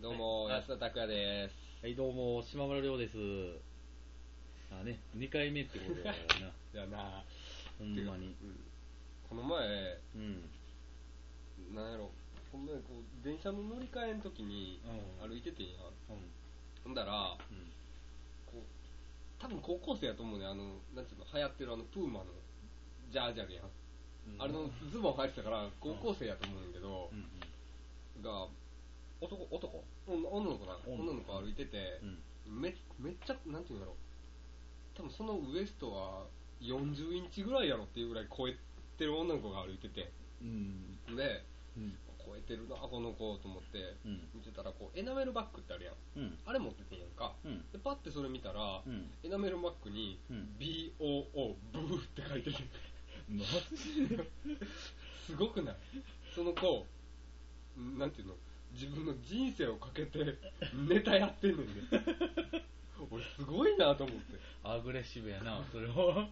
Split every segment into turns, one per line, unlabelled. どうも、
はい
安田拓也です。
はい、どうも、島村亮です。あね、2回目ってことだから な、
だな
ほんまに。
この前、
うん。
なんやろ、この前こう、電車の乗り換えの時に
うん
歩いててんや。
うん。
ほんだら、こう、多分高校生やと思うね。あの、なんていうの、流行ってるあの、プーマの、ジャージャルやん。あれのズボン入ってたから、高校生やと思うんだけど
う、ん。
が、男、男女女の子な。
女の子
女の子歩いてて
う、ん。
め、めっちゃ、なんていうんだろう。多分そのウエストは40インチぐらいやろっていうぐらい超えてる女の子が歩いてて。
うん。
で、
うん。
超えてるな、この子と思って、
うん。
見てたら、こう、エナメルバッグってあるやん。
うん。
あれ持っててんやんか。
うん。
で、パッてそれ見たら、
うん。
エナメルバッグに、
うん。
BOO、ブーって書いて る。
マ
すごくないその子、なんていうの自分の人生をかけ てネタやってんねんで。俺すごいなと思って。
アグレッシブやな、それは。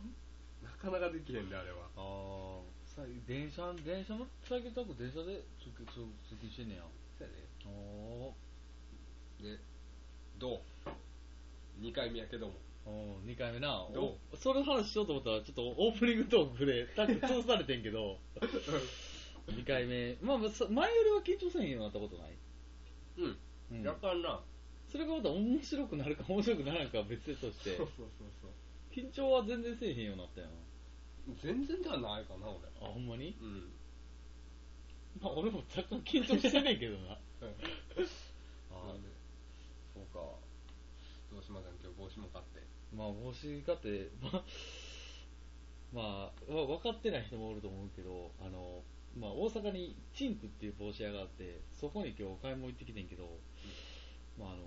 なかなかできへんで、あれは。
あー、さ電車、電車の、最近多分電車で通勤、通通勤してんねや。
そうやね。
お
で、どう ?2 回目やけども。
ー。おー、2回目な。
ど
おその話しようと思ったら、ちょっとオープニングトークで、タッグ通されてんけど。2回目、まあ、まあそ前よりは緊張せんようになったことない、
うん。
うん
若干な。
それがまた面白くなるか面白くならんかは別として
そうそうそうそう。
緊張は全然せえへんようになったよ
全然ではないかな、俺。
なあほんまに
うん。
まあ俺も若干緊張してないけど な
な
あ
んで、
そうか
どうしません、今日帽子も買って。
まあ帽子かって まあまあわ分かってない人もおると思うけどあのまあ、大阪にチンクっていう帽子屋があってそこに今日お買い物行ってきてんけど、まあ、あの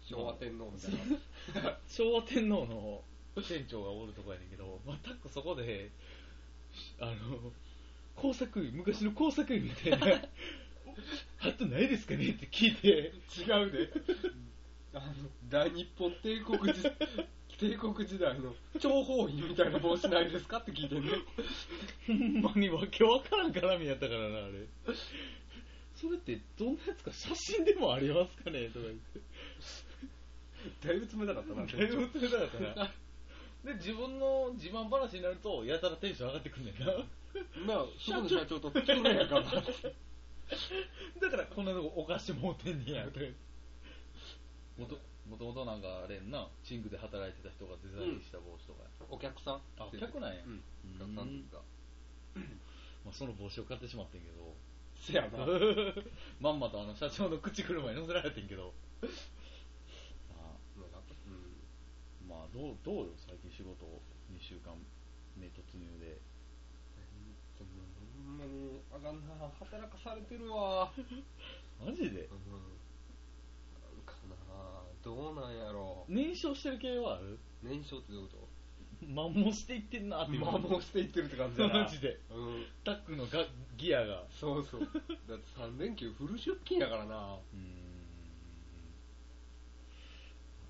昭和天皇みたいな。
昭和天皇の店長がおるとこやねんけど、まあ、たっくそこで、しあの、工作員、昔の工作員みたい な、ハットないですかねって聞いて、
違うで。 あの、大日本帝国時、帝国時代の諜報員みたいな帽子ないですかって聞い てんね。
ほんまにわけわからん絡みやったからな、あれ。それってどんなやつか写真でもありますかねとか言って。
だいぶ冷たかったな、
だいぶ釣れなかったな。で、自分の自慢話になると、やたらテンション上がってくんねんな。
なあ、そこの社長と付き合いやからって。
だからこんなとこお菓子持ってんねやとか言ってもともともとなんかあれやんなチンクで働いてた人がデザインした帽子とか、
お客さん
あお客なんや、
うん。お客さんですか。
まあ、その帽子を買ってしまってんけど
せやな。
まんまとあの社長の口車に乗せられてんけどあ
う
まあどうどうよ最近仕事2週間目突入で
ん。ほんまに、あかんな。働かされてるわ。
マジで
うん。かなどうなんやろ
燃焼してる系はある
う。年少ってどういうこ
摩耗していってんなっ
と
て今
摩耗していってるって感じだな。
マジで
うん。
タックのがギアが
そうそう。だって3連休フル出勤やからな。
うーん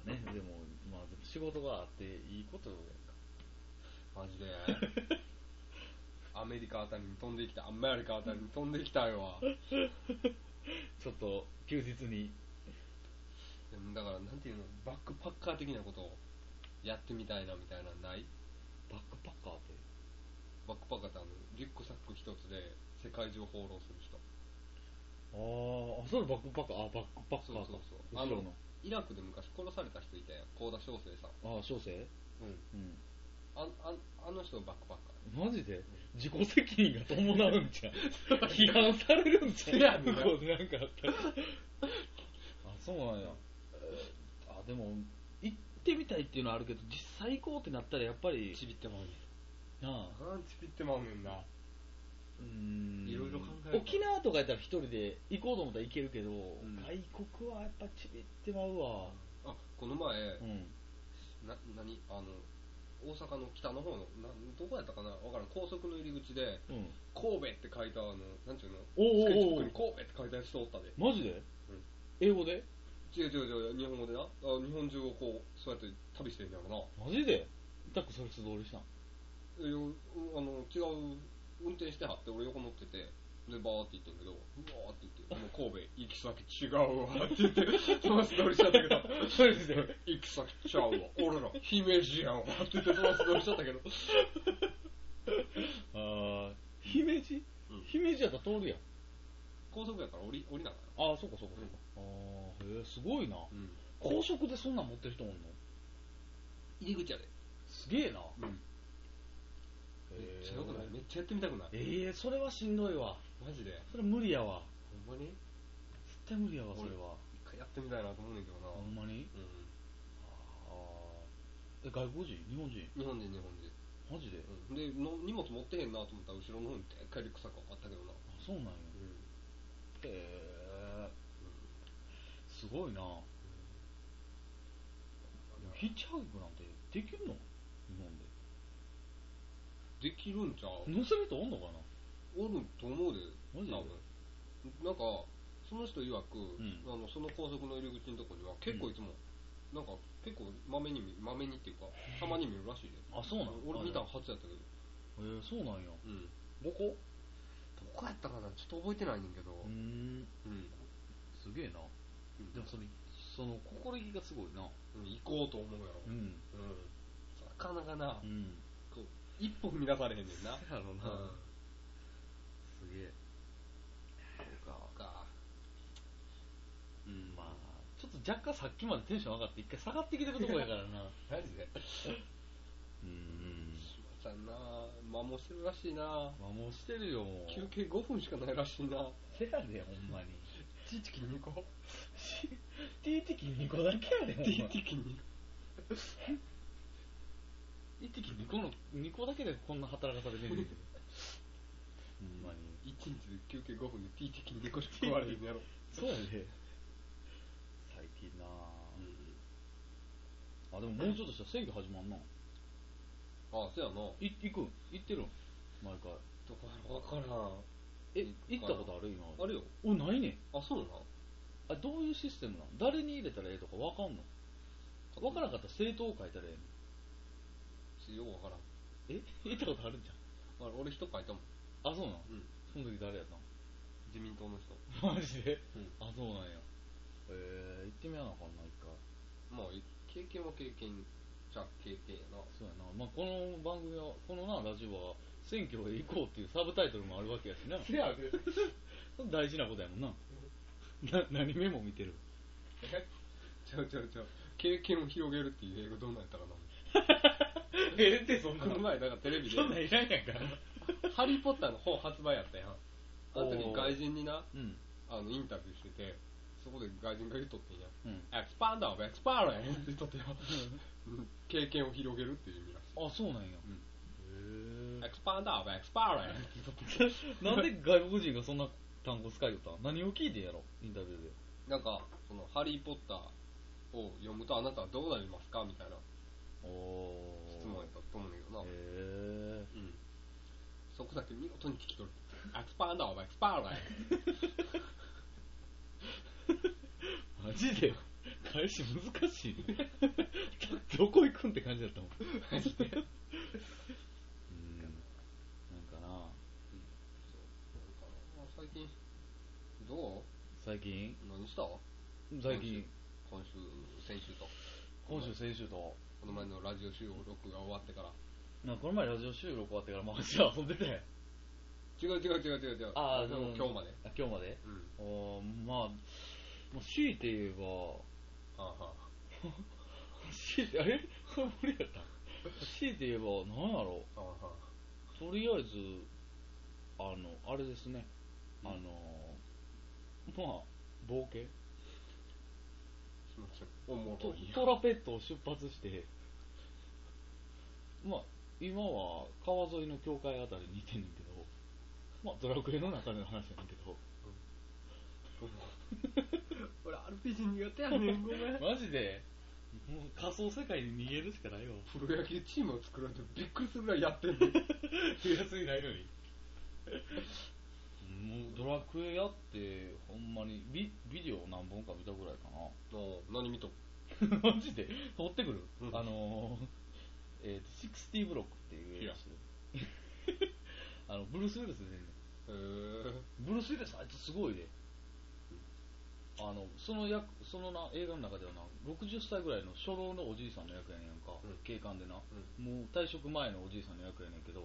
まあね、でも、まあ、でも仕事があっていいことやんか。
マジで。アメリカあたりに飛んできた。アメリカあたりに飛んできたよ。
ちょっと、休日に。
でもだから、なんていうの、バックパッカー的なことをやってみたいなみたいなのない
バックパッカーって。
バックパッカーってあの、リュックサック一つで世界中を放浪する人。
あーあ、それバックパッカー、あ、バックパッカーか。
そうそうそう
後ろの。
イラクで昔殺された人いたやん。高田翔生さん。
ああ、小生
うん。
うん。
あああの人バックパッカー。
マジで自己責任が伴うんじゃ ん。 批判されるんじゃん。
いや
向こうでなんかあったら。あ、そうなんや。あ、でも、行ってみたいっていうのはあるけど、実際行こうってなったらやっぱり、
ちびってまうねん。
なあ。
あーちびってまうねんな。い
い
ろいろ考える
沖縄とかやったら一人で行こうと思ったら行けるけど、
ん
外国はやっぱちびってまうわ
あ、この前、
うん
な、なに、あの、大阪の北の方の、などこやったかなわからん。高速の入り口で、
うん
神戸って書いた、あの、なんていうの
おうおうおう
スケッチブックに神戸って書いた人おったで。
マジで、
うん
英語で
違う違う違う、日本語でな。あ日本中をこう、そうやって旅してんやろな。
マジでタックそれ素通りしたん
えーあの違う運転してはって俺横乗っててで、バーって言ってんけど、うわーって言って、もう神戸行き先違うわって言って、 そのストーリーしちゃったけど、
そうですよ。
行き先ちゃうわ、俺ら、姫路やんわって言って、そのストーリーしちゃったけど、
ああ、姫路
うん
姫路やったら通るやん。
高速やから降り、降りながら。
ああ、そうかそうかそうか。ああ、へえ、すごいな。
うん。
高速でそんなん持ってる人おんの
入り口やで。
すげえな。
うん。
へ
め
え
っちゃよくないめっちゃやってみたくない
ええそれはしんどいわ。
マジで。
それ無理やわ。
ほんまに
絶対無理やわ、それは。
一回やってみたいなと思うねんだけどな。
ほんまに
うん。
ああ。え、外国人日本人
日本人、日本人。
マジであ
うん、での荷物持ってへんなと思ったら後ろの方にでっかいリュックサックがあったけどな、
そうなんや。
うん
へえ、すごいな。ヒッチハイクなんてできるの日本で。
できるんちゃう
乗せる人おんのかな
おると思うで
マジで
多分なんかその人曰く、
ん
あのその高速の入り口のとこには結構いつも、なんか結構まめに見まめにっていうかたまに見るらしいで
あそうなの
俺見たの初やったけど
へえそうなんや。
うん
どこ
どこやったかなちょっと覚えてないねんけど
うーん、
うん、
すげえな。
うん
でもそれ、その心意気がすごいな。
うん行こうと思うやろ、うん
ん。
なかなかな、
うん。
こう一歩踏み出されへんねん な
やろ
うん
すげえ。
そうかうん
まあ、ちょっと若干さっきまでテンション上がって一回下がってきてるところやからな。
マジで
うん
島さんな摩耗してるらしいな
まあもうしてるよ、もう。
休憩5分しかないらしいな
せやで、ほんまに。
チーチキ2個
し TT 機2個だけやで、ほん
チ
ま
ー。チキ2
TT 機2個の、2個だけでこんな働かされてるんねんけど。ほんまに。
1日で休憩5分でチーチキ2個しか食われへんやろ
そうやで。最近なあ、でももうちょっとしたら選挙始まんな。
あそうやなど
い行く行ってるん毎回。
こやろわからん
え
行、く
行
かな
ったことある今ま
あ
で。
るよ
お、ないねん。
あそうな
あ、どういうシステムなん誰に入れたらええとかわかんのわからんかったら政党を書いたらえ
しようわからん
えのえ 行ったことあるんじゃ
あれ俺人書いたもん、
ん。あ、そうなん
うん、
その時誰やった
自民党の人
んマジで
うん
あ、そうなんや。えー、行ってみやなあかんな、一回。
まあ経験は経験じゃ経験やな
そうやな。まあ、この番組は、このな、ラジオは、選挙へ行こうっていうサブタイトルもあるわけやしな。
せやで
大事なことやもんな。な何メモ見てる
え ちゃうちゃうちゃう経験を広げるっていう英語どうなんやったかな
えってそ
この前なんかテレビで
そんなんいらんやんか。
「ハリー・ポッター」の本発売やったやんあの時に外人にな
うん。
あのインタビューしててそこで外人が言っとってんや
うん。
エクスパンダーオブエクスパーレンって言っとってようん経験を広げるっていう意味らしい
あ、そうなんや。
エクスパンダーオブエクスパーレンって言っとって
へなんで外国人がそんな単語使いよったん何を聞いてんやろインタビューで。
なんかその「ハリー・ポッター」を読むとあなたはどうなりますかみたいな
お
質問やったと思うんだけどな
へえ。
うんそこだけ見事に聞き取るエクスパンダーオブエクスパーレン
マジで返し難しいねどこ行くんって感じだったもん。
マジで
うん。なんかな、
最近どう
最近
何した
最近、
今週先週と
今週先週と、
この前のラジオ収録が終わってから
なんかこの前ラジオ収録終わってから、マジで遊んでたやん。
違う違う違う違う違う
ああ、
でも今日まで
あ今日まで
うん
おまあ、もう強いて言えば、
あは
強いて、あれこれ無理やった強いて言えば、なんやろ
あは
とりあえず、あの、あれですね。
うん
あの、まあ、冒険
すいませんおも
ト
ろい
トラペットを出発して、 まあ、今は川沿いの教会あたりにいてんねんけど、まあ、ドラクエの中での話なんだけど、
俺 RPG 苦手やねんごめん
マジで、もう仮想世界に逃げるしかない よ。
プロ野球チームを作られてびっくりするぐらいやってんね ん
冬休みないの に。もうドラクエやって、ほんまにビビデオ何本か見たぐらいか
お何見とる
な。マジで撮ってくる、
うん
あのー、えっ、ー、と、60ブロックっていうやつ。あの、ブルース・ウィルス出てんねん
へえ
ブルース・ウィルスあいつすごいで、あのその役そのな映画の中ではな60歳ぐらいの初老のおじいさんの役やねんか、
うん
警官でな、
う
もう退職前のおじいさんの役やねんけど
うん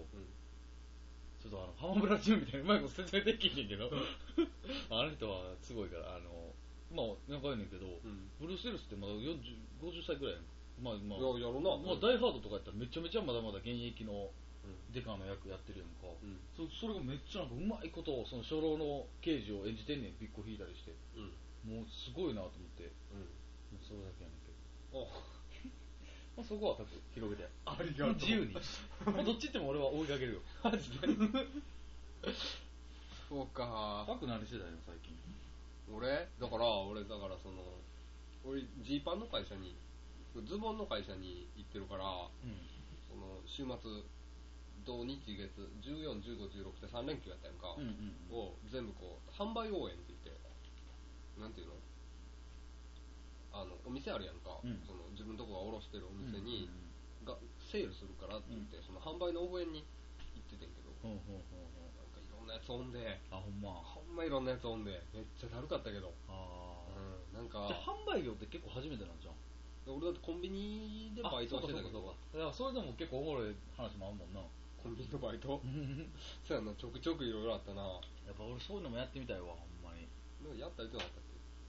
ちょっとあの浜村淳みたいにうまいこと説明できんねんけど あの人はすごいからあのまあ仲良いねんけど、
うん
ブルース・ウィルスってまだ40 50歳ぐらいやんまあまあ
いややろな
まあ、
うん
ダイハードとかやったらめちゃめちゃまだまだ現役の
う
デカの役やってるやんか、
んうん
そそれがめっちゃなんかうまいことをその初老の刑事を演じてんねん、びっこ引いたりして、
うん
もうすごいなと思って、もうそれだけやねんけど、まあ、そこは多分広げて、
あありがとう
自 由に、まあ、どっち行っても俺は追いかけるよ、マジで、
そうか
パク何してたよ、最近、
俺だから俺だからその俺ジーパンの会社にズボンの会社に行ってるから
う
その週末土日月141516って3連休やったやんか、
ん、うん、うん、
を全部こう販売応援って言ってなんていうのあのお店あるやんか、
うん
その自分とこが卸してるお店に、がセールするからって言って、
う
その販売の応援に行っててんけど、
うん、うん、うん、うん、
なんかいろんなやつおんで
あ、ほんま、
ほんまいろんなやつおんでめっちゃだるかったけど、
あ
うん、なん
ー、
か
じゃあ販売業って結構初めてなんじゃん。
俺だってコンビニでバイトはしてたけど
いやそれでも結構おもろい話もあんもん な
コンビニのバイト そうや
や
なちょくちょくいろいろあったな
っぱ俺そういうのもやってみたいわほんまに
なんかやったりとなかっ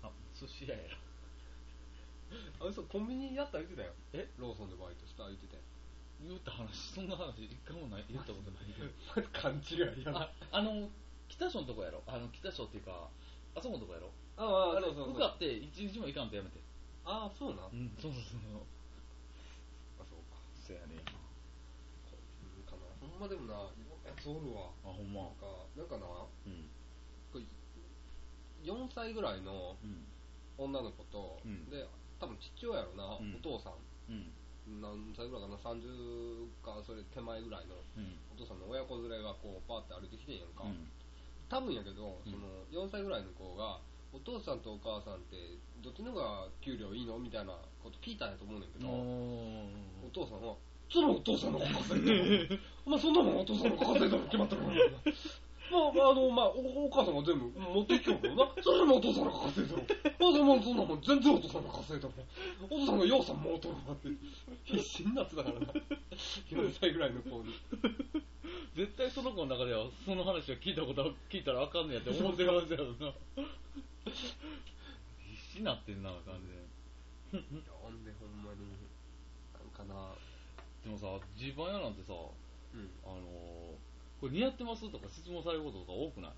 たっ
あ寿司屋や
けあ嘘コンビニやったり言ってたよ
え
ローソンでバイトした言ってたよ
言った話そんな話一回もない言ったことないけど
勘違いや
ああの北署のとこやろあの北署っていうかあそこのとこやろ
ああ
あれ
そうそうそう
受かって一日も行かんとやめて
ああそうなあ
んそうそうそう
そうか
そやね
コンビニかなほんまでもないろんなやつおるわ
あほんま
なんかなんかな
うん
これ4歳ぐらいの
うん
女の子と、
うん
で多分父親やろな、
うん
お父さん
うん
何歳ぐらいかな30かそれ手前ぐらいの
うん
お父さんの親子連れがこうパーって歩いてきてんやんか、
うん
多分やけど、
うん
その4歳ぐらいの子がお父さんとお母さんってどっちの方が給料いいのみたいなこと聞いたんやと思うねんけど、お父さんはそのお父さんの方が稼いでる お前そんなもんお父さんの方が稼いでるに決まってるからまあ、あの、まあ、おお母さんが全部持ってきてる からな。それでもお父さんが稼いだろ。あ、でもそんなもん全然お父さんが稼いだろ。お父さんがようさんもうとるわって。 必死になってたからな。4歳ぐらいの子に。
絶対その子の中ではその話を聞いたことは聞いたらあかんねやって思ってるはずやろ な必死になってんな完全に
呼んでほんまになんかな
でもさジバヤなんてさ
うん
あのーこれ似合ってますとか質問されることとか多くない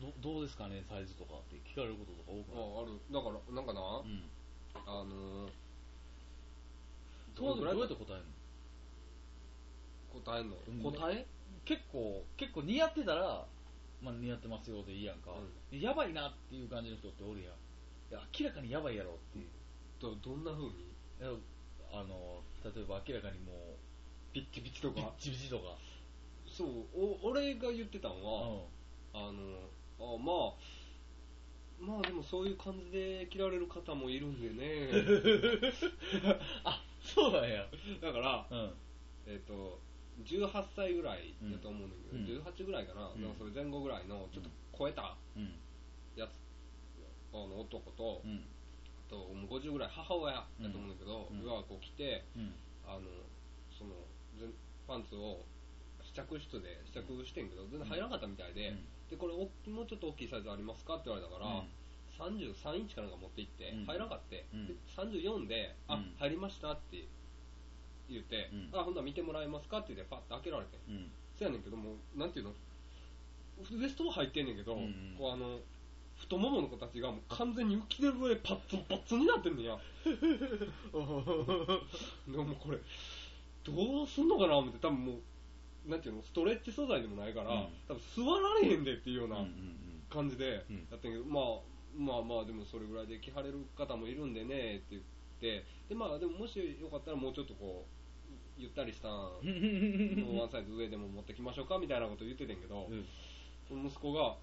どどうですかねサイズとかって聞かれることとか多くな
ああ
い
るだからなんかな、
うん
あのー
その時どうや
どれ
って
ぐ
答
答え
えるの
んの、
うん
答え
結構結構似合ってたら、まあ、似合ってますよでいいやんか、やばいなっていう感じの人っておるやんいや明らかにやばいやろっていう
どどんな風に
いやあの例えば明らかにもう
ピッチピチと
ビッ
か
チビチとか、
そうお俺が言ってたん
う
は、あのあまあまあでもそういう感じで切られる方もいるんで ね
あそうなんや、
だから
うん、
えっ、と18歳ぐらいだと思うんだけど、
うん
18ぐらいかな、
うん
なんかそれ前後ぐらいのちょっと超えた
うん、
やつあの男と、
うん、
えっともう50ぐらい母親だと思うんだけど、
うん
がこう来て
うん、
あのその全パンツを試着室で試着してんけど全然入らなかったみたいで,、でこれおもうちょっと大きいサイズありますかって言われたから、33インチかなんか持って行って
うん
入らなかった、で
うん
34で「あ、
うん
入りました」って言って「
うん
あほんなら見てもらえますか?」って言ってパッと開けられて
うん、
そやねんけどもうなんていうのウエストは入ってんねんけど、
うんうん
こうあの太ももの子たちがもう完全に浮き出る上パッツンパッツンになってんねんや でももうこれどうすんのかな思って多分もうなんていうのストレッチ素材でもないから、
うん
多分座られへんでっていうよう
うん、
な
うん、
感じで
うん
やってんけど、まあまあまあでもそれぐらいで来はれる方もいるんでねって言ってでまあでももしよかったらもうちょっとこうゆったりした
うん、うん、
もうワンサイズ上でも持ってきましょうかみたいなこと言ってたんやけど、
うん、
その息子が、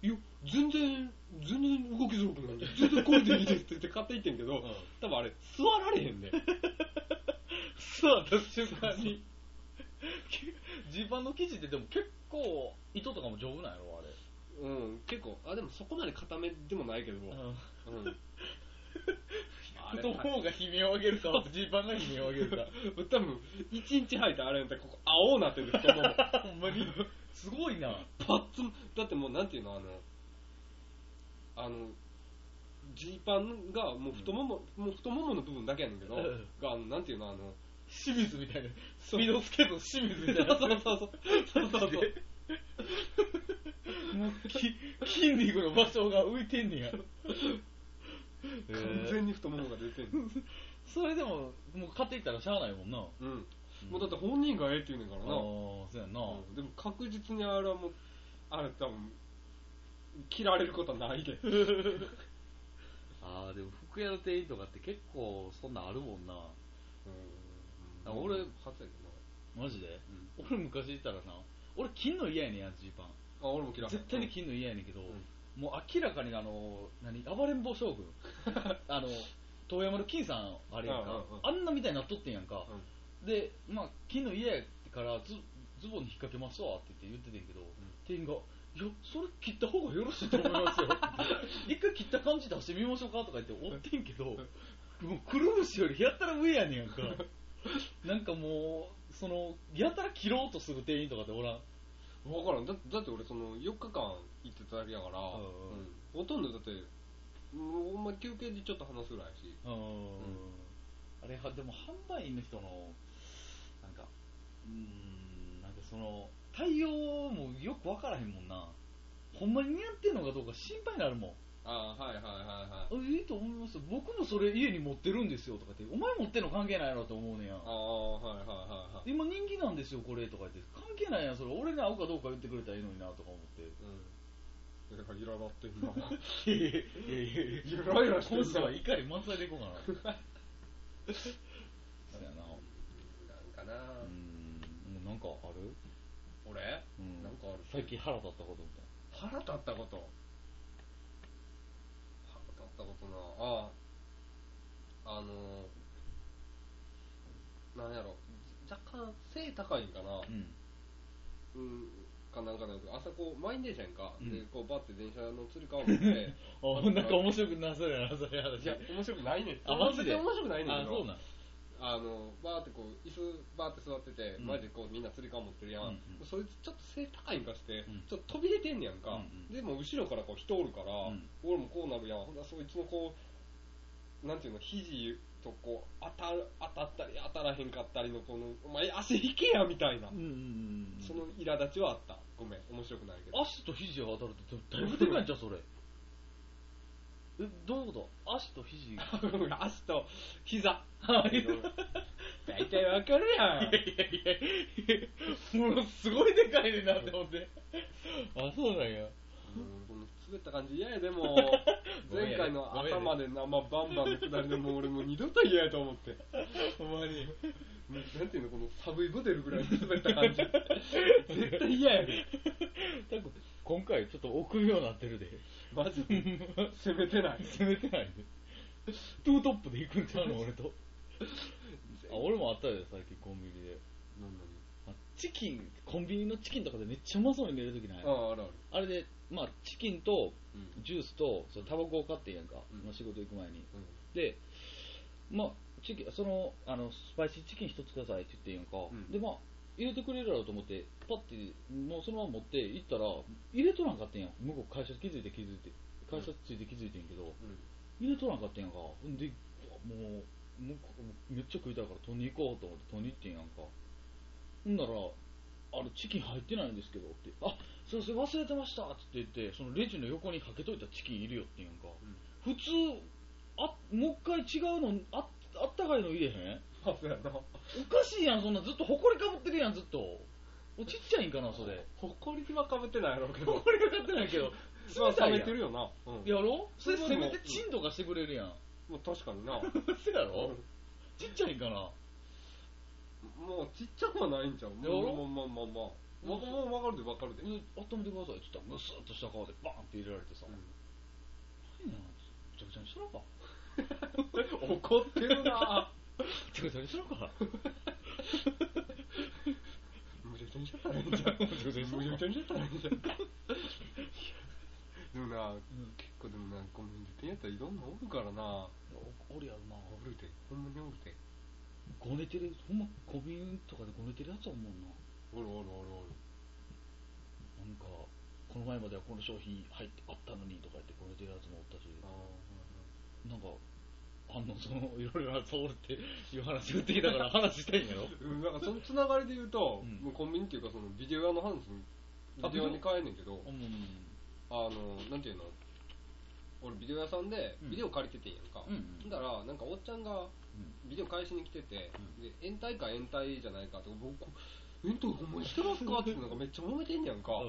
いや、全然、全然動きづらくないんで、全然これでいいですって言って買っていってんけど、多分あれ、座られへんで、
そう、私瞬間に、地盤の記事ってでも結構、糸とかも丈夫なんやろ、あ
う
れ。
ん、結構、あ、でもそこまで固めでもないけど、うん。 あれ
太ももが悲鳴を上げるか、ジーパンが悲鳴を上げるか。
多分、1日履いたあれやったら、ここ、青なってるんです太もも
ほんまに。すごいな。
パッツン、だってもう、なんていうの、あの、あの、ジーパンが、もう太もも、もう太ももの部分だけやねんけど、
うん
が、あの、なんていうの、あの、
清水みたいな。スピードスケートの清 水みたいな。
そうそうそうそうそうそう
もうき筋肉の場所が浮いてんねや。
完全に太ももが出てんの。
それでも、もう買ってきたらしゃあないもんな。
うん。もうだって本人がええって言うねんから
ああ
な。
ー、そうやんな。
うんでも確実にあれはもう、あれ多分、切られることはない で。
ああ、でも服屋の店員とかって結構そんなんあるもんな。あ俺
初やけどな。
マジで
うん
俺昔いたらな、俺金の嫌やねんや、ジーパン。
あ、俺も切られ
絶対に金の嫌やねんけど、
う
もう明らかにあの、何、暴れん坊将軍。 あの、遠山の金さんあれやんか、
う
あんなみたいになっとってんやんか。で、まあ、金の家やからズズボンに引っ掛けますわって言って言っててんけど、店員が、いや、それ切った方がよろしいと思いますよ。一回切った感じ出してみましょうかとか言っておってんけど、もうくるぶしよりやたら上やねんやんか。なんかもう、その、やたら切ろうとする店員とかっておらん。
うん。わからん。だだって俺その4日間行ってただけやから、
うん
うんほとんどだって、もうほんま休憩でちょっと話すぐらいやし。
うんあれは、でも販売員の人の、なんか、うーん、なんかその、対応もよくわからへんもんな。ほんまに似合ってんのかどうか心配になるもん。
ああ、はいはいはいはい
あ。いいと思いますよ僕もそれ家に持ってるんですよとかって、お前持ってんの関係ないなと思うねや。
ああ、はいはいはいはい。
今人気なんですよこれとか言って、関係ないやん、それ俺に合うかどうか言ってくれたらいいのになとか思って。
うん。だから、いらだってんな。
いやいやいやい
いろいろしてん
今
な
週は怒り満載でいこうかな。そうやな。
なんかな、
うん、もうなんかある
俺
うん
なんかある
最近腹立ったことみたい
腹立ったこと腹立ったことなあああのなんやろ若干背高いんかな
な。うん。
うんかなんかなんか朝こう満員電車やんか、
うん
でこうバッて電車のつり革 持って
あ、なんか面白くなされな、それ話。
いや面白くないねん
あマジで
全然面白くないねん
あ、
け
そう
ど
なん。
あのバーってこう椅子バーって座ってて、
うん
前でこうみんなつり革持ってるやん、
うんうん
そいつちょっと背高いんかして、
うん
ちょっと飛び出てんねやんか、
うんうん
でもう後ろからこう人おるから、
うん
俺もこうなるやんほんならそいつのこうなんていうの肘とこう当たる当たったり当たらへんかったりのこのお前足引けやみたいな、
うんうん
その苛立ちはあったごめん面白くないけど
足と肘が当たるってだいぶでかいんちゃうそれえどういうこと足と肘 が
足と膝
はい
大体わかるやん
ものすごいでかいねんなって思ってあそうなんや
うんこの滑った感じ嫌やで も前回の
ごめんね
頭で生バンバンのくだりでもう俺もう二度と嫌やと思って
ほんまに
もうなんていうのこのサブイボ出るぐらいの滑った感じ 絶対嫌やで
多分今回ちょっと臆病になってるで
マジで攻めてない
攻めてないでトゥートップで行くん ちゃうの俺とあ俺もあったよ最近コンビニであチキンコンビニのチキンとかでめっちゃうまそうに見えるときない
あああるある
あれで、まあ、チキンと
うん
ジュースとそのタバコを買ってんやんか、
うん
まあ仕事行く前に。
うん
で、まあ、チキンそのあのスパイシーチキン一つくださいって言ってんやんか、
うん
で、まあ、入れてくれるだろうと思って、パッて、もうそのまま持って行ったら、入れとらんかってんやん。向こう会社気づいて気づいて、会社ついて気づいてんけど、入れとらんかってんやんか。んで、もう、もうめっちゃ食いたいから取りに行こうと思って取りに行ってんやんか。ほんなら、あれチキン入ってないんですけどって、あ、すいません忘れてましたって言って、そのレジの横にかけといたチキンいるよってんやんか。普通、あ、もう一回違うの、ああったかいの入れへん
まあそうやな
おかしいやん、そんなずっと埃かぶってるやん、ずっと。おちっちゃいんかな、それ。
ほこりはかぶってないやろうけ ど
埃かかってない けど、
まあ
冷たい
冷
やん
めてるよな、うん、
やろそれせめてチンとかしてくれる やん。
もう確かにな
そうやろちっちゃいんかな。
もうちっちゃくはないんちゃう
やろ
まあまあまあまあまあもう分かるで分かるで、
う温めてくださいって言ったら、むすっとした顔でバーンって入れられてさ、
うん
何やぐちゃぐちゃにしろか。
怒ってるな
ぐちゃぐちゃにしろか。
無理せんしちゃったねんじゃん。
もう徐々に
もうちゃになったらいいじゃん。でもな、結構でもな、コンビニで店やったらいろんなおるからな。
おおるやろな
おるで、ほんまにおるで。
ごねてるほんまコビンとかでごねてるやつはおんもんな
おるおるおるおる。
なんかこの前まではこの商品入ってあったのにとか言ってごねてるやつもおったし
あ
なんかあんのそのいろいろなつおるっていう話をってきたから話したいんやろ
ーうん、なんかそのつながりで言うと、
うん
もうコンビニっていうかそのビデオ屋の話に、
あ
ビデオ屋に変えんねんけど
う、ん
あの、なんていうの、俺ビデオ屋さんで
うん
ビデオ借りててんやんか。
うんうん
だから、なんかおっちゃんがビデオ返しに来てて、
う
で、延滞か延滞じゃないかとか、僕、延滞ほんまにしてますかってなんかめっちゃ揉めてんねやんか。
う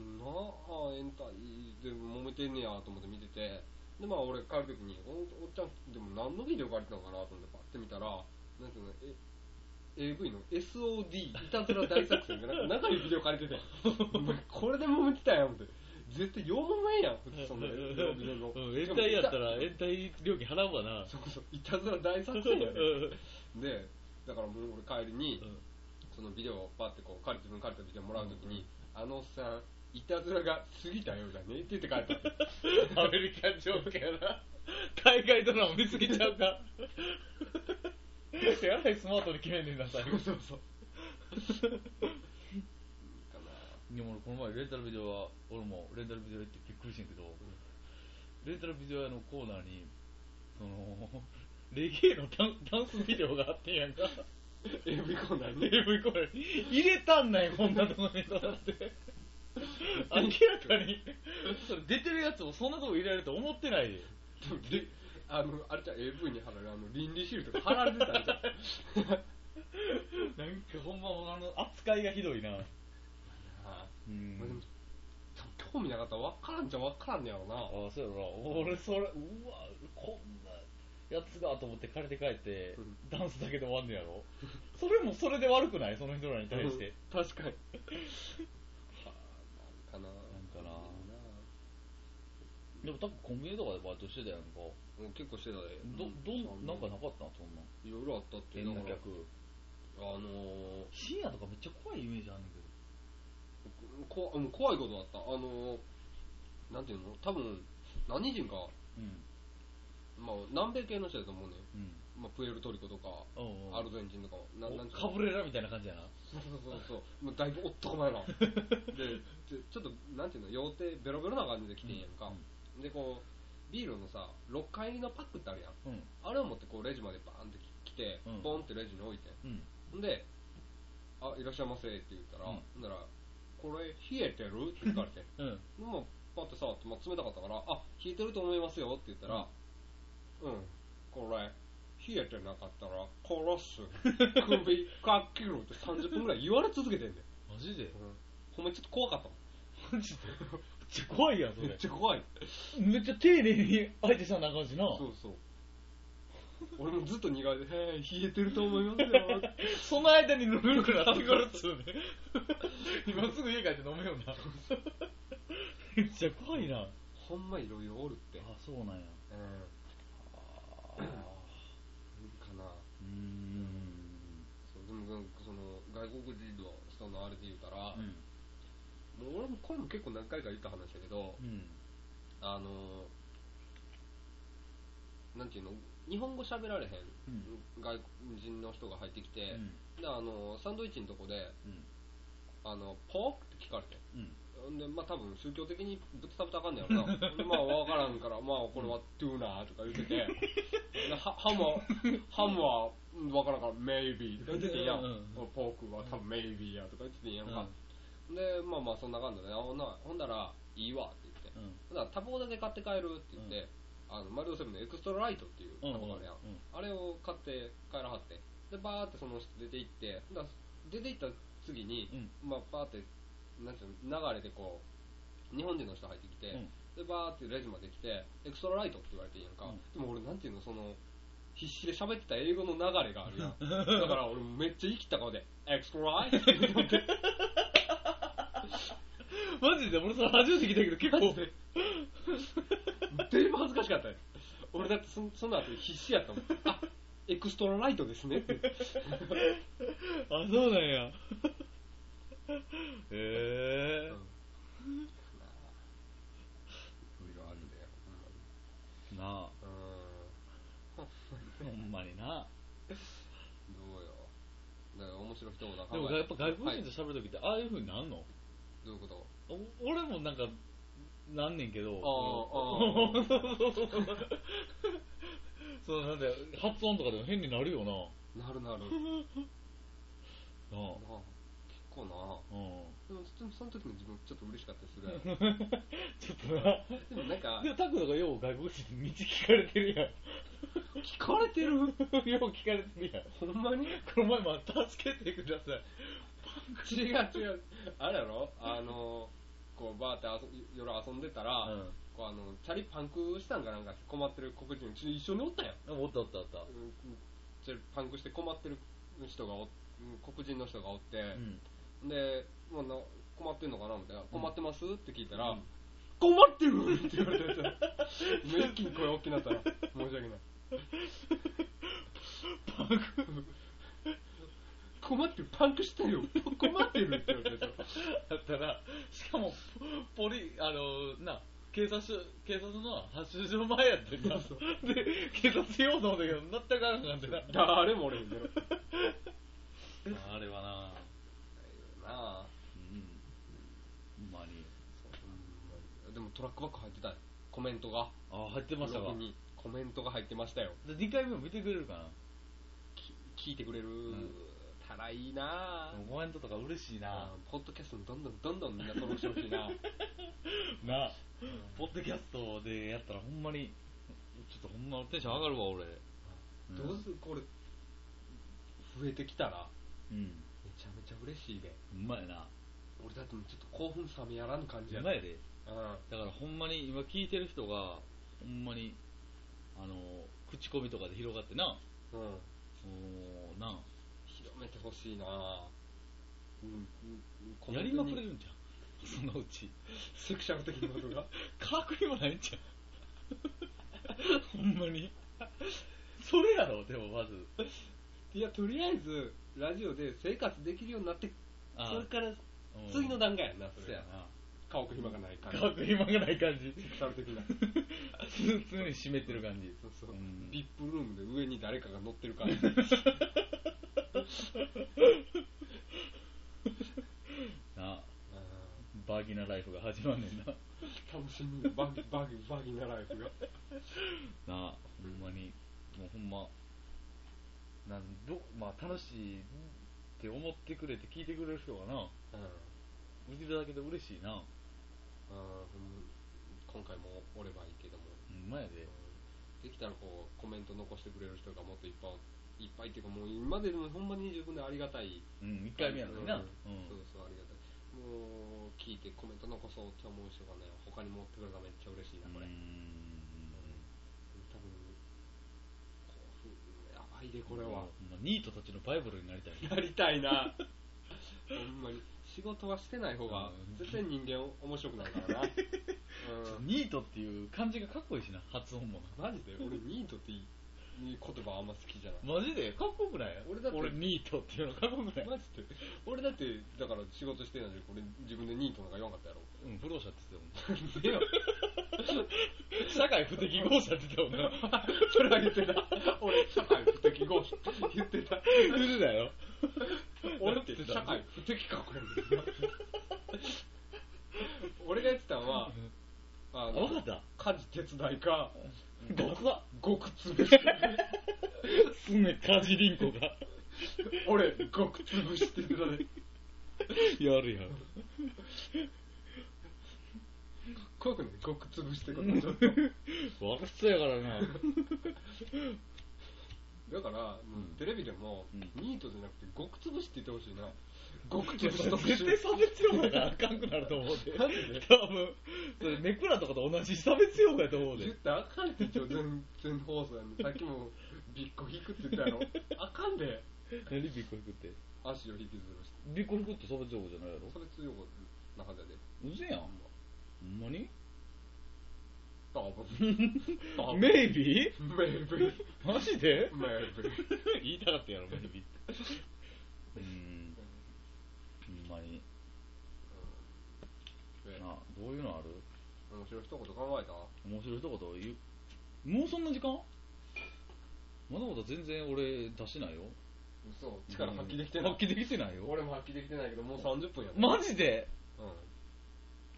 ん
なあ、延滞で揉めてんねやと思って見てて、で、まあ俺帰るときに、おおっちゃん、でも何のビデオ借りてたのかなと思ってパッて見たら、なんていうの、え AV の SOD、いたずら大作戦で、 なんか中にビデオ借りてて、お前これで揉めてたやん、思って。絶対ようもめんやん、普通そんなビデオビデオの。
うん、延滞やったら
し
延滞料金払うわな
かもいたそう そう、いたずら大作戦や ねで、だからもう俺帰りに、そのビデオをパッてこう借り自分借りたビデオもらうときに、あのおっさんいたずらが過ぎたようだねって言って帰った
アメリカンジョークやな。海外ドラマ見すぎちゃうか。やらないスマートに決めんねんな、最後。 そうそう。でも俺この前レンタルビデオは、俺もレンタルビデオ行ってびっくりしてんけど、レンタルビデオ屋のコーナーに、その、レゲエのダンダンスビデオがあってんやんか。
AV コーナー に
AV コーナーに入れたんないこんなとこにとって明らかにそれ出てるやつをそんなとこ入れられると思ってないで
であのあれじゃん AV に貼られるあの倫理シールとか貼られてたんじゃん
なんかほんまあの扱いがひどいな
あ
う
ーまあでも
ん
興味なかったら分からんじゃ分からんねやろな
ああそうやろな俺それうわこんなやつがと思って借りて帰って
うん
ダンスだけで終わんねやろそれもそれで悪くないその人らに対して
うん確かに はあなんかな
なんかなでも多分コンビニとかでバイトしてたやんか
うん結構してたで
どどんなんかなかったなそんない
ろいろあったって
変
だ
な
から
客
あのー
深夜とかめっちゃ怖いイメージあるんだけど
こもう怖いことだった。あの、なんていうの多分、何人か、
うん
まあ、南米系の人だと思うね。
うん
まあ、プエルトリコとか、
お
アルゼンチンとか、ななんていう
カ
の
ブレラみたいな感じやな。
そうそうそうそう。もうだいぶおっとこまい な。で、ちょちょっと、なんていうの妖精、ベロベロな感じで来てんやんか。で、こう、ビールのさ、6回入りのパックってあるやん。
うん。うん。
あれを持って、こう、レジまでバーンって来て
うん、
ポンってレジに置いてん。
うん。
ほんで、あ、いらっしゃいませって言ったら、
うん
ほんなら、これ、冷えてるって聞かれ て。
うん。
でもパッて触って、まあ、冷たかったから、あ、冷えてると思いますよって言ったら、うん、これ、冷えてなかったら殺す。首かっきろって30分ぐらい言われ続けてんだよ。
マジで
ほんまにちょっと怖かったも
マジで めっちゃ怖いやん、そ
ん。め
れ
っ。ちゃ怖い。
めっちゃ丁寧に相手したなあかんしな。
そうそう。俺もずっと苦いで、へえ、冷えてると思います よって。
その間にぬるくなってくるっつうね。今すぐ家帰って飲めよな。めっちゃ怖いな。あ、
ほんまいろいろおるって。
そうなんや。
うん。
う
かな。
ーん。
そうでもなんかその外国人の人のあれで言うたら、
うん。
もう俺もこれも結構何回か言った話だけど、
うん。
あのなんていうの日本語喋られへん、外国人の人が入ってきて、
うん。
であのサンドイッチのとこで
うん。
あのポーって聞かれて
うん。
んでまあ多分宗教的にぶっ食べたらあかんねや ろなでまあ分からんからまあこれはトゥーナーとか言っててでハハムはハムはうん分からんからメイビーとか言っててんやん、
うんうん
ポークは多分メイビーやとか言っててんやんか、でまあまあそんな感じで、ね、ほんなほんだらいいわって言って
うん。
ほなタバコだけ買って帰るって言って、あのマリオセブンのエクストラライトっていう
う
タ
ん。
バコあるやん、あれを買って帰らはってでバーってその人出て行ってほな出て行った次に、
うん。
まあ、バーってなんていうの流れでこう日本人の人入ってきて、
うん
でバーってレジまで来てエクストラライトって言われていいやんか、
うん
でも俺なんていうのその必死で喋ってた英語の流れがあるやんだから俺めっちゃ生きった顔でエクストラライトって言って
マジで俺それ初めて聞いたけど結構。
だいぶ恥ずかしかったよ俺だってそその後必死やったもんあエクストラライトですねって
あ、そうなんや。へえ
うんいろいろあるんだよ
なあ
うん
ほんまにな
どうよだから面白い人もな
でもやっぱ外国人と喋るときってああいう風になんの、
どういうこと
お俺もなんかなんねんけど
ああああ
そうなんだよ発音とかでも変になるよな
なるなる
なあ
なあ結構な
うん
でもでもその時の自分ちょっと嬉しかったりするやろ
ちょっとな
でもなんか
でもタクとかよう外国人に道聞かれてるやん
聞かれてる
よう聞かれてるやん
ほんまに
この前も助けてください
違う違うあれやろあのこうバーって遊び夜遊んでたら、
うん
こうあのチャリパンクしたんかなんか困ってる黒人うち一緒におったやん
おったおったおった
うんチャリパンクして困ってる人がおうん黒人の人がおって、
うん
でもうな困ってんのかなみたいな困ってますって聞いたら、
うん
困ってるって言われてさもう一気に声大きくなったら申し訳ない
パンク
困ってるパンクしたよ困ってるって言われてさ
だったらしかもポポリあのな警察署警察の発出所前やってんなで警察用のだけどなったからなんてな
誰も俺に言う
あれはな
なあ
うんほんまに
でもトラックバック入ってたよコメントが
あ入ってました
ブロ
か
グにコメントが入ってましたよ
で2回目も見てくれるか
き聞いてくれる、
ん
たらいいな
な
あ
コメントとか嬉しいな
うんポッドキャストもどんどんどんどんみんな登録してほしいな
なポッドキャストでやったらほんまにちょっとほんまテンション上がるわ俺
どうするこれ増えてきたら
うん
めちゃめちゃ嬉しいで
うまいな
俺だってもうちょっと興奮冷めやらぬ感じや
う
な
ま
うん
いでだからほんまに今聞いてる人がほんまにあの口コミとかで広がってな
うん
おーな
広めてほしいなあうんうんうんコメ
や
ン
り
ト
まく
に
れるんじゃんそのうち
セクシャル的なことが
かっこいいもないんじゃん ほんまにそれやろでもまず
いやとりあえずラジオで生活できるようになって
あ
それから
うん
次の段階やなそ
そう
れ
やな
家屋暇がない感じ
かっこいいがない感じ
セクシャル的な
常に湿ってる感じ
そうそう、
ん
ビップルームで上に誰かが乗ってる感 じあ
なあバギナライフが始まんねんな
ー
な
楽しみだバギバギバギなライフが
あほんまにもうほんまなんど、まあ、楽しいって思ってくれて聞いてくれる人がな
うんうん
見てるだけで嬉しいなほ
今回もおればいいけども
んまやで
できたらこうコメント残してくれる人がもっといっぱいいっぱいっていうかもう今まででもほんまに十分でありがたい
うん1回目やのにな、
う
うんん
そうそうありがたいもう聞いてコメント残そうって思う人がね他に持ってくれたらめっちゃ嬉しいなこれ、
う
うん、
ん
多分こうやばいでこれは
ほ、んまニートたちのバイブルになりたい
やりたいなほんまに仕事はしてない方が
うん
絶対人間面白くない からな、うん、
ニートっていう感じがかっこいいしな発音もな
マジで俺ニートっていい言葉あんま好きじゃない
マジでかっこよくない
俺だって
ニートっていうのかっこよくない、
マジで俺だってだから仕事してないのに俺自分でニートなんか言わんかったやろ
うん不老者って言ってた
でよ
もん社会不適合者って言ってたもん な
それは言ってた俺社会不適合者言ってた
言ってたよ
俺って社会不適格やねんな俺が言ってたのはあ
あ分かった
家事手伝いか
僕は
極つぶして
すねかじりんこが
俺極つぶしてたね
やるやん
かっこよくね極つぶしてくるちょっと
若そうやからな
だから、もう
うん
テレビでも、
うん
ニートじゃなくて極つぶしって言ってほしいな極つぶしとか
絶対差別用語があかんくなると思うで
なんで
多分それネクラとかと同じ差別用語やと思う
言っ
で
たらあかんって一応全全放送やんさっきもビッコ引くって言ったやろあかんで
何ビッコ引くって
足を引きずるし
ビッコ引くって差別用語じゃないやろ
差別用語なはずやで
うせやんほんま に
ああメ
メイビー
メイブリ
マジで
メイブリ
言いたかったやろメイビーってうーんほんまに
え
などういうのある
面白い一言考えた
面白い一言言うもうそんな時間まだまだ全然俺出してないよ
嘘力発揮できてない、
発揮できてないよ
俺も発揮できてないけどもう30分やね
マジで
う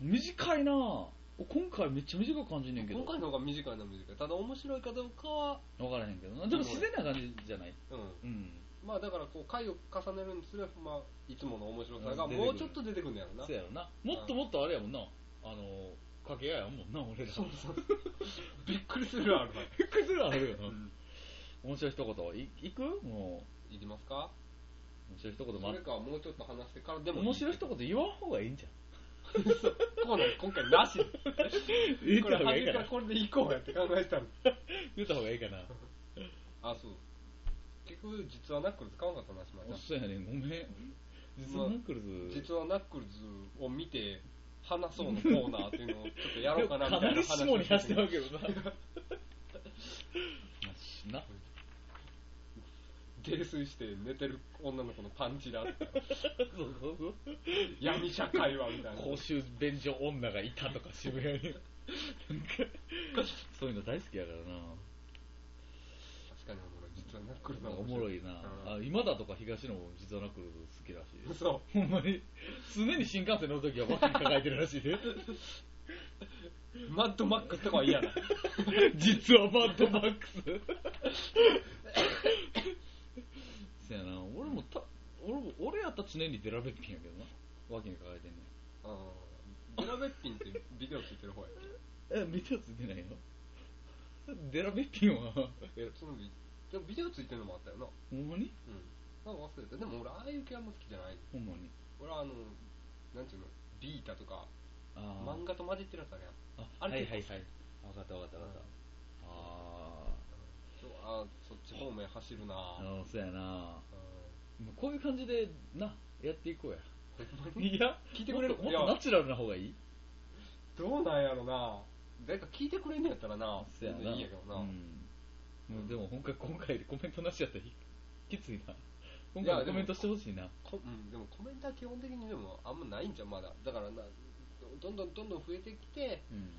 短いなぁ今回めっちゃ短く感じんねんけ
ん、
ど
今回の方が短いのは短いただ面白いかどうかは、
分からへんけどなでも自然な感じじゃない
うん、
うん
まあだからこう回を重ねるにつれ、まあ、いつもの面白さが
うん
もうちょっと出てくるんだよな
そうやろなもっともっとあれやもんなあの掛け合いやもんな俺ら
そうそう びっくりするある
びっくりするのあるよ
う
なん面白い一言いいくも
いきますか
う面白い一言
それ
ま
かもうちょっと話してからでも
面白い
人
一言言わん方がいいんじゃん
コーナー今回なし
言っ
これ
た方が
初
いい
め
か
から
な
これでいこうやって考えてたの
言った方がいいかな
あそう結局実はナックルズ買わなかったなしました
そうやねんごめん実はナックルズ
実はナックルズを見て話そうのコーナーっていうのをちょっとやろうかなみたいな
なり
話
下
を
に
して
走ってまうけど なな
泥酔して寝てる女の子のパンチラと か
そうそうそう
闇社会はみたいな
公衆便所女がいたとか渋谷になんかそういうの大好きやから
確かにおもろい実はナックルズ
な
は
おもろいな、
うん
あ今だとか東野も実はナックルズ好きらしい
そう
ほんまに常に新幹線乗るときはバッグ抱えてるらしいで
マッドマックスとかは嫌だ
実はバッドマックス そやな俺もた俺も俺やったら常にデラベッピンやけどな脇に抱えてんねん
うんデラベッピンってビデオついてる方やっけ
え、ビデオついてないよ。デラベッピンは、え、
そのビでもビデオついてるのもあったよな
ほんまに
うんなんか忘れたでも俺ああいう系あんま好きじゃない
ほんまに。
俺はあのなんていうのビータとか
あ
漫画と混じってるやつあるやん
ー
あ
あ、
れ
はいはいはい。わかったわかったわかった。あ
そうあーそっち方面走るな
あ、あの、そうやな。も
う
うこういう感じで、な、やっていこうや。
んほんまに
いや、
聞いてくれる
も
い
っと
や
もっとナチュラルな方がいい
どうなんやろな誰か聞いてくれんのやったらな
そうや
全
な。
然いいやけどな、
うん。も
うん
うでも今回、今回でコメントなしやったらひきついな。今
いや
回
で
コ
も
メントしてほしいな。
こうん、でもコメントは基本的にでもあんまないんじゃんまだだからなどんどんどんどん増えてきて
うん。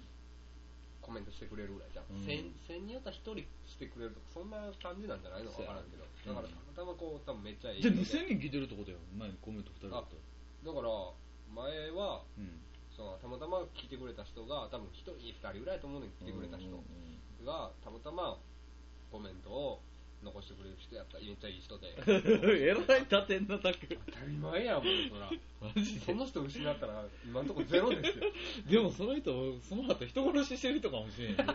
コメントしてくれるぐらいじゃん、
うん
1000 1000人やったら1人してくれるとかそんな感じなんじゃないのか
そう
分か
や
らんけどだから
うん
たまたまこう多分めっちゃいい
じゃあ
だか
2000人聞いてるってことや。前にコメント2人だったら。
ら前は
うん。
そのたまたま聞いてくれた人が多分1人2人ぐらいやと思うねん聞いてくれた人
うんうん
がたまたまコメントを残してくれる人やったらめっちゃいい人で
えらい立てんなタク。
当たり前やもんそ ら
マジ
その人失ったら今んとこゼロですよ
でもその人、その後人殺ししてる人かもしれんよ。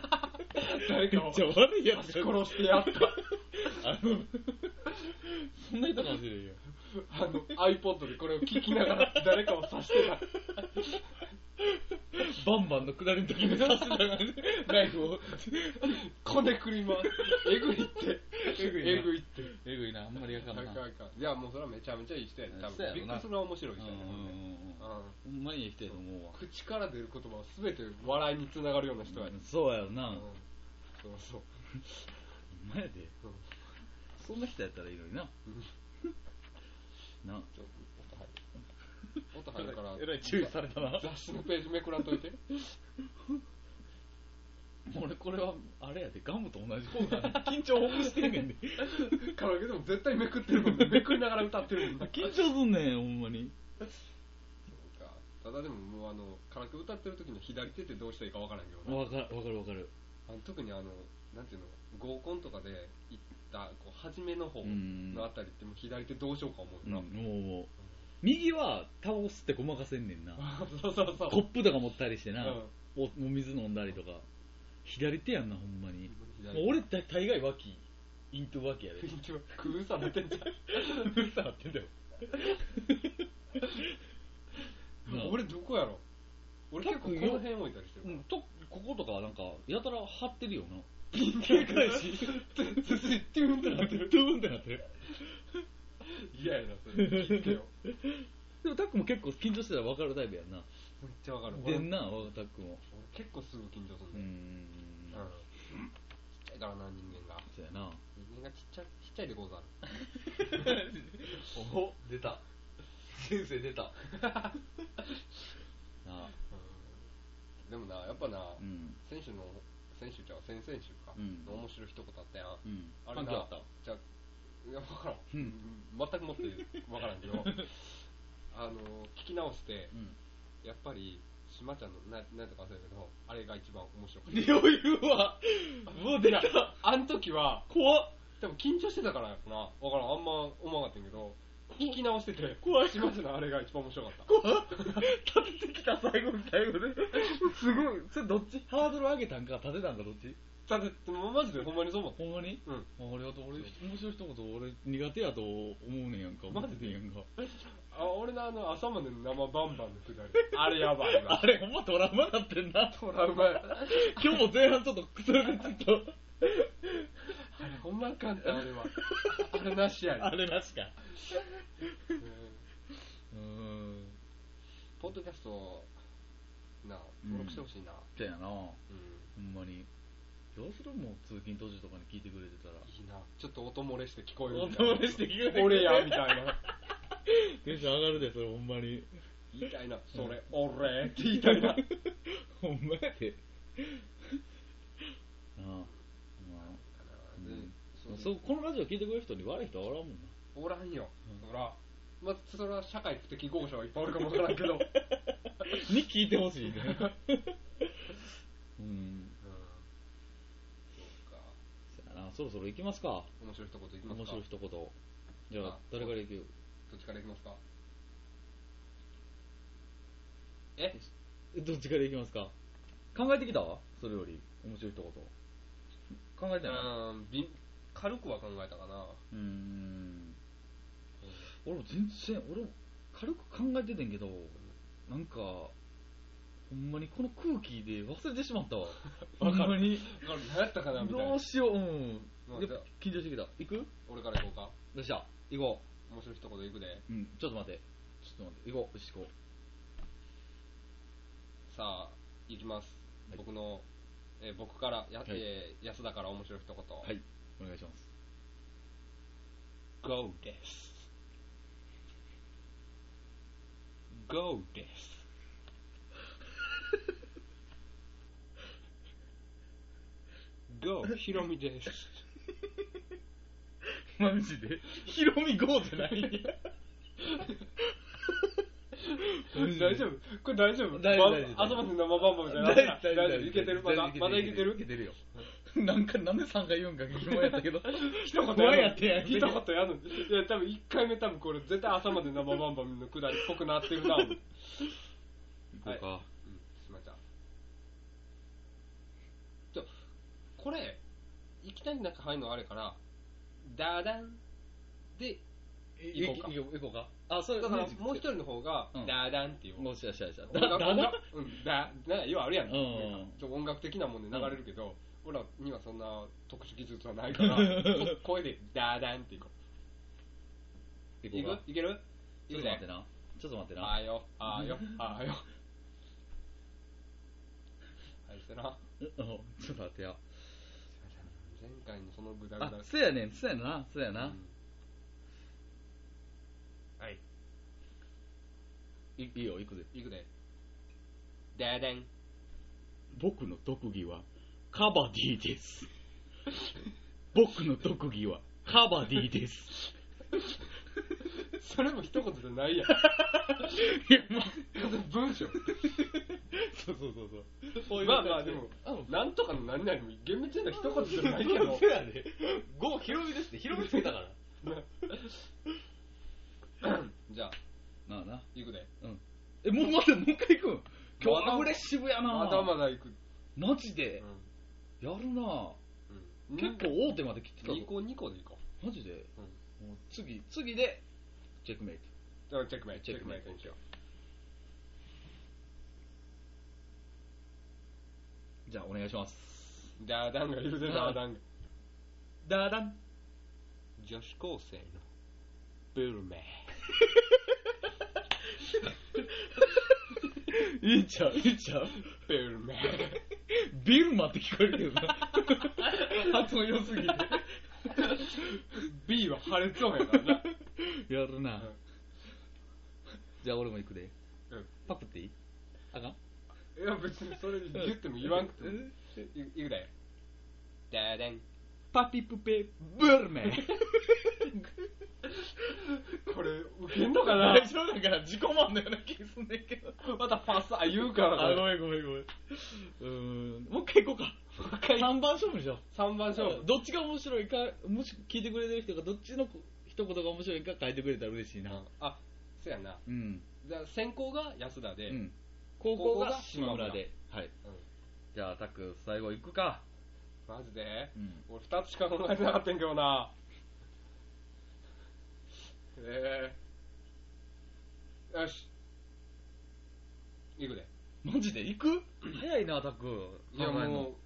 誰
め
かを
っちゃ悪いや
足
つ
殺
や
してやった
あの、そんな人かもしれんよ。
あの iPod でこれを聞きながら誰かを刺してた
バンバンの下りの時に刺してたから ね、ナイフを。
こねくり ますえぐいって
えぐいな
えぐいって
えぐいな、あんまりやかんな。
あかんあかんいやもうそれはめちゃめちゃいい人やね多
そう
分
や
びっく
ろ
り
な
するのは面白
う
い
んう
人
ん
やねほんで
うんうんほんまにええ人やと思うわ
うん。口から出る言葉は全て笑いにつながるような人やね
そうやろ
う
な。
ん
ほ
そうそうん
まやで
うん。
そんな人やったらいいのにな。な。
ちょっと音入る音入る から
えらい注意されたな。
雑誌のページめくらんといて
俺これは、あれやで、ガムと同じ効果緊張ほぐしてんねん で。
カラオケでも絶対めくってるも んねめくりながら歌ってるもんね
緊張すんねん、ほんまに。
そうかただでももうあのカラオケ歌ってる時の左手ってどうしたらいいかわからんけどな
わかる、わかる、わかる。
あの特にあのなんていうの合コンとかで行ったこう初めの方
うん
のあたりってもう左手どうしようか思う
う
よな、
ん、もうもう。右は倒すってごまかせんねんな。
そうそうそう
コップとか持ったりしてな、
うん
おお水飲んだりとか。左手やんな、ほんまに。
左手
もう俺大大概脇、イントゥ脇やで。
一応工夫されてんじ
うるさなってんだよ。
ゃん、
な
俺どこやろ俺結構この辺置いたりして
う
る
ん、と、こことかなんか、やたら張ってるよな。ピン警戒 し。
から、うん、ずっとうんってなってる
ドゥーンってなってる。
嫌やなそれ切ってよ
でもタックも結構緊張してたら分かるタイプやんな。
めっちゃわかる俺
でんな、わタックも。
俺結構すぐ緊張す
う
る
ー
ね
ん
うん。ちっちゃいからな人間が
そうやな。
人間がちっちゃいちっちゃいでござる
お出た。先生出た。なあ
うんでもな、やっぱな、
うん。
選手の、選手じゃう先々週か、
うん
の面白い一言あったやん。
うん。
あれ
関係
な
あった。
じゃあいや、わからん。
う
全
ん
くもってわからんけど、 あの、聞き直して、
うん。
やっぱり、しまちゃんの、な、なんとか忘れたけど、あれが一番面白かっ
余裕は、もう出た。
た。あん時は、
怖っ。
でも緊張してたからやっぱな、わからん、あんま思わなかったんやけど、聞き直してて、
怖い
しまちゃんのあれが一番面白かった。
怖っ。立ててきた、最後の最後で。すごい。それどっちハードル上げたんか、立てたんか、どっち
だって、もうマジでほんまにそう思っ
ほんまに
た。うん。
あ俺はと俺、面白い一言、俺苦手やと思うねんやんか。
マ
思っ
ジ
て
で
てんやんか。
あ俺のあの朝までの生バンバンのくだり。あれやばいな
あ。れ、ほんまトラウマなってんな。
トラウマや。
今日も前半ちょっと、それでちょっ
あれほんまあかんた、あれは。あれなしや
と、あ
ね、
れなしか。
うん
うーん。
ポッドキャスト、なあ、
うん
登録してほしいな。
だよな。ほ
うん。
んまに。どうするもう通勤途中とかに聞いてくれてたら。
いいな。ちょっと音漏れして聞こえる
お
みたいな。
漏れして聞こえる
俺や、みたいな。
テンション上がるで、それほんまに。
言いたいな。それ、俺って言いたいな。
ほんまやで。 ああ。まあうん
うん
そう、このラジオ聞いてくれる人に悪い人はおらんもんな。
おらんよ
う。ん
ほら。まあ、それは社会不適合者はいっぱいおるかもわからんけど。
に聞いてほしい ね。うん。
うんそうか。
そやな、そろそろ行きますか。
面白い一言いきますか。
面白い一言。じゃあ
あ、
誰から行く
どっちからいきますかえ
どっちから行きますか考えてきたそれより、面白い一言。考え
う
てない
ーんび軽くは考えたかな
うーん。俺も全然、俺も軽く考えててんけど、なんか、ほんまにこの空気で忘れてしま ったわ。ほんま に。
だから何やったかなみたい
ど
な
うしよう。うん。
まあ
やっ
じゃあ
ぱ緊張してきた。行くど
俺からいこうか
うした行こ
面白い一言いくで
う。うん、ちょっと待って。ちょっと待って。行こう。よし、行こ
さあいきます、
はい
僕の、えー僕からや、
はい
えー安田から面白い一言
う。はい。お願いします。
GO です GO です GO ひろみです
マジでヒロミ GO じゃない
大丈夫これ大丈夫
大丈夫大丈夫
あそこで生バンバンみたいな。大丈夫いけてるまだ、まだいけて
いけ
る
てるよ。なんか、なんで3回4回疑問やったけど。
一言
怖い
や
や
る
ってやん
一言やるいや、多分一回目多分これ絶対朝まで生バンバンのくだりっぽくなってる な。うん、
行こうか。
すまちゃん。ちょ、これ、いきなり中入るのあれから、ダダンで、
い
行こうか
い行こうか。あ、それ
だからもう一
人。
人の方が
うん、
ダダンっていう。
もうしようしようしよう。
音
だ、
楽
だ
音
な
楽うん、だ、な、要はあるやん。
うんうん
ちょっと音楽的なもんで流れるけど、俺らにはそんな特殊技術はない から、こ声でダーダンっていこう。
行こ
いうく
か。
いけるい
ちょっ
く
と待って
ぜ。
な。ちょっと待って
あ
な。
ーよ、あ ーよ、あーよ。はい、してな。
うんちょっと待ってよ。
前回のそのぐだぐだ
あ、。そうやねん、そうやな、そうや
う
な。
んはい、
いいいよ、行くぜ。
いくで。ダーダン。
僕の特技は、カバディです。僕の特技は、カバディです。
それも一言じゃないやん。
いや、まあ、
文章。
そうそうそうそう。
まあまあでも、なんとかの何々も厳密な一言じゃないけ ど。
そうやね。ゴー、ヒロミですって、ヒロミつけたから。
じゃあ、
なあな。
行くで。
うん。え、もう待って、もう一回行くん今日アグレッシブやな
まだまだ行く。
マジ
う
で、
ん
やるな
うん
結構大手まで来てたぞ
2個2個で行こ
マジで、
う。うん。
もう次、次で、チェックメイト。
じゃあ、チェックメイト。
チェックメイト
にしよう
じゃあ、お願いします。
ダーダンがいるぜ、ダーダンが。
ダダン。
女子高生のブルメ。
いいんちゃう、いいんちゃう。
ブルメ。
ビルマって聞こえるけどな。 発音良すぎて。
B は破裂音やから な。
やるな
うん
じゃあ、俺も行くで。
うん
パクっていいあかん
いや、別にそれでギュッても言わんくても。いいくだよ。ダダン。パピプペブルメ。 これ、ウケんのかな
大丈夫だから自己満のような気すんねんけど。
またパスあ言うから
あ、
な。
ごめんごめんごめん。うーん、もう一回行こうか。3番勝負にしよう。
3番勝負。
どっちが面白いか、もし聞いてくれてる人がどっちの一言が面白いか書いてくれたら嬉しいな。
あ、そやな。
うん。
じゃあ先行が安田で。
うん。高校
高校
が
が
島
島
村
村
で。はい。
うん
じゃあ、タック、最後行くか。
マジで
うん。
俺2つしか考えてなかったんけどな。えー。よし。いくで。
マジで行く早いな、タック。
いや
考えんの
も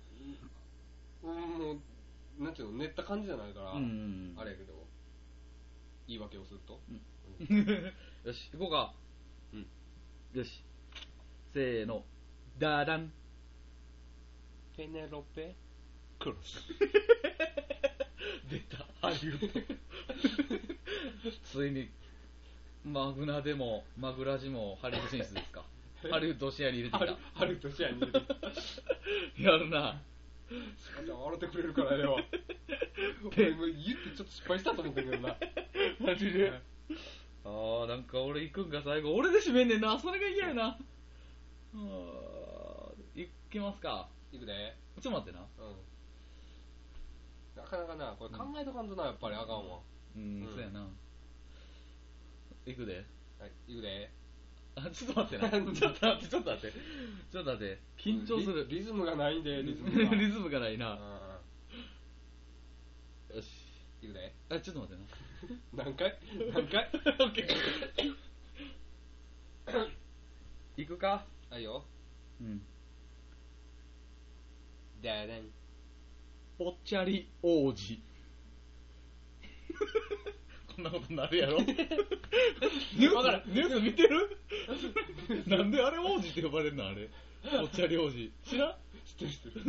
う、うんもう、なんていうの、練った感じじゃないから、
うん。
あれやけど、言い訳をすると。
よし、行こうか。
うん。
よし。せーの。ダダン。
ペネロペ・ クロス。
出た。ハリウッド。ついに、マグナでも、マグラジもハリウッド進出 ですか。ハリウッドを視野に入れてき
あ
た
る、。あると試合に出てきた。
やるな。
じゃあ笑ってくれるからあれは。 俺もう言ってちょっと失敗したと思ったけどな。
マジで。あー、なんか俺行くんか最後。俺で締めんねんな。それが嫌やな。あー、行きますか。
いくで。
ちょっと待ってな。
うん。なかなかな、これ考えとかんとな、やっぱりあかんわ。
うん、
うん
そうやな。行くで。
はい、いくで。
あ、ちょっと待ってな。ちょっと待って、ちょっと待って。ちょっと待って。緊張する。
リリズムがないんで、リズムが。
リズムがないな。
うん
よし。
いくで。
あ、ちょっと待って
何回何 回
な。オッケ ー。行くか
はいよ。
うん。
ダダン。
ぽっちゃり王子。こんなことなるやろニュー
わから
ス、ニュース見てるなんであれ王子って呼ばれるのあれ。ぽっちゃり王子。知らん
知ってる知って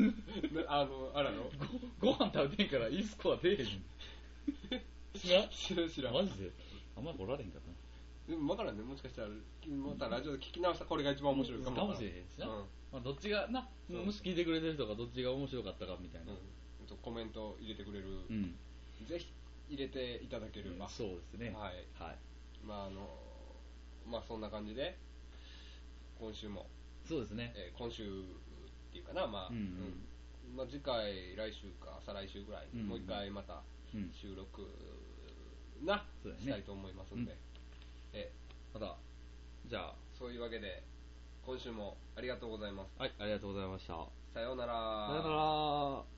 る。あの、あらの。
ご飯食べてんからいいスコア出えへん。知らん
知らん知らん。
マジであんまりおられんかったな。
でも分からんね、もしかしたら、またラジオで聞き直したこれが一番面白いかも。
かもしれへんしな。
うん。
まあ、どっちが、な、
そう
もし聞いてくれてる人がどっちが面白かったかみたいな。
うん。とコメント入れてくれる、
うん。
ぜひ入れていただければ。
そうですね。
はい。
はい。
まあ、あの、まあそんな感じで、今週も、
そうですね。
えー今週っていうかな、まあ、
うん
うんまあ次回、来週か、再来週ぐらいに、
うん
もう一回また
うん。
収録な、
そうだね
したいと思いますんで、
うん
え
また、じゃあ、
そういうわけで、今週もありがとうございます。
はい、ありがとうございました。
さようなら。
さよなら。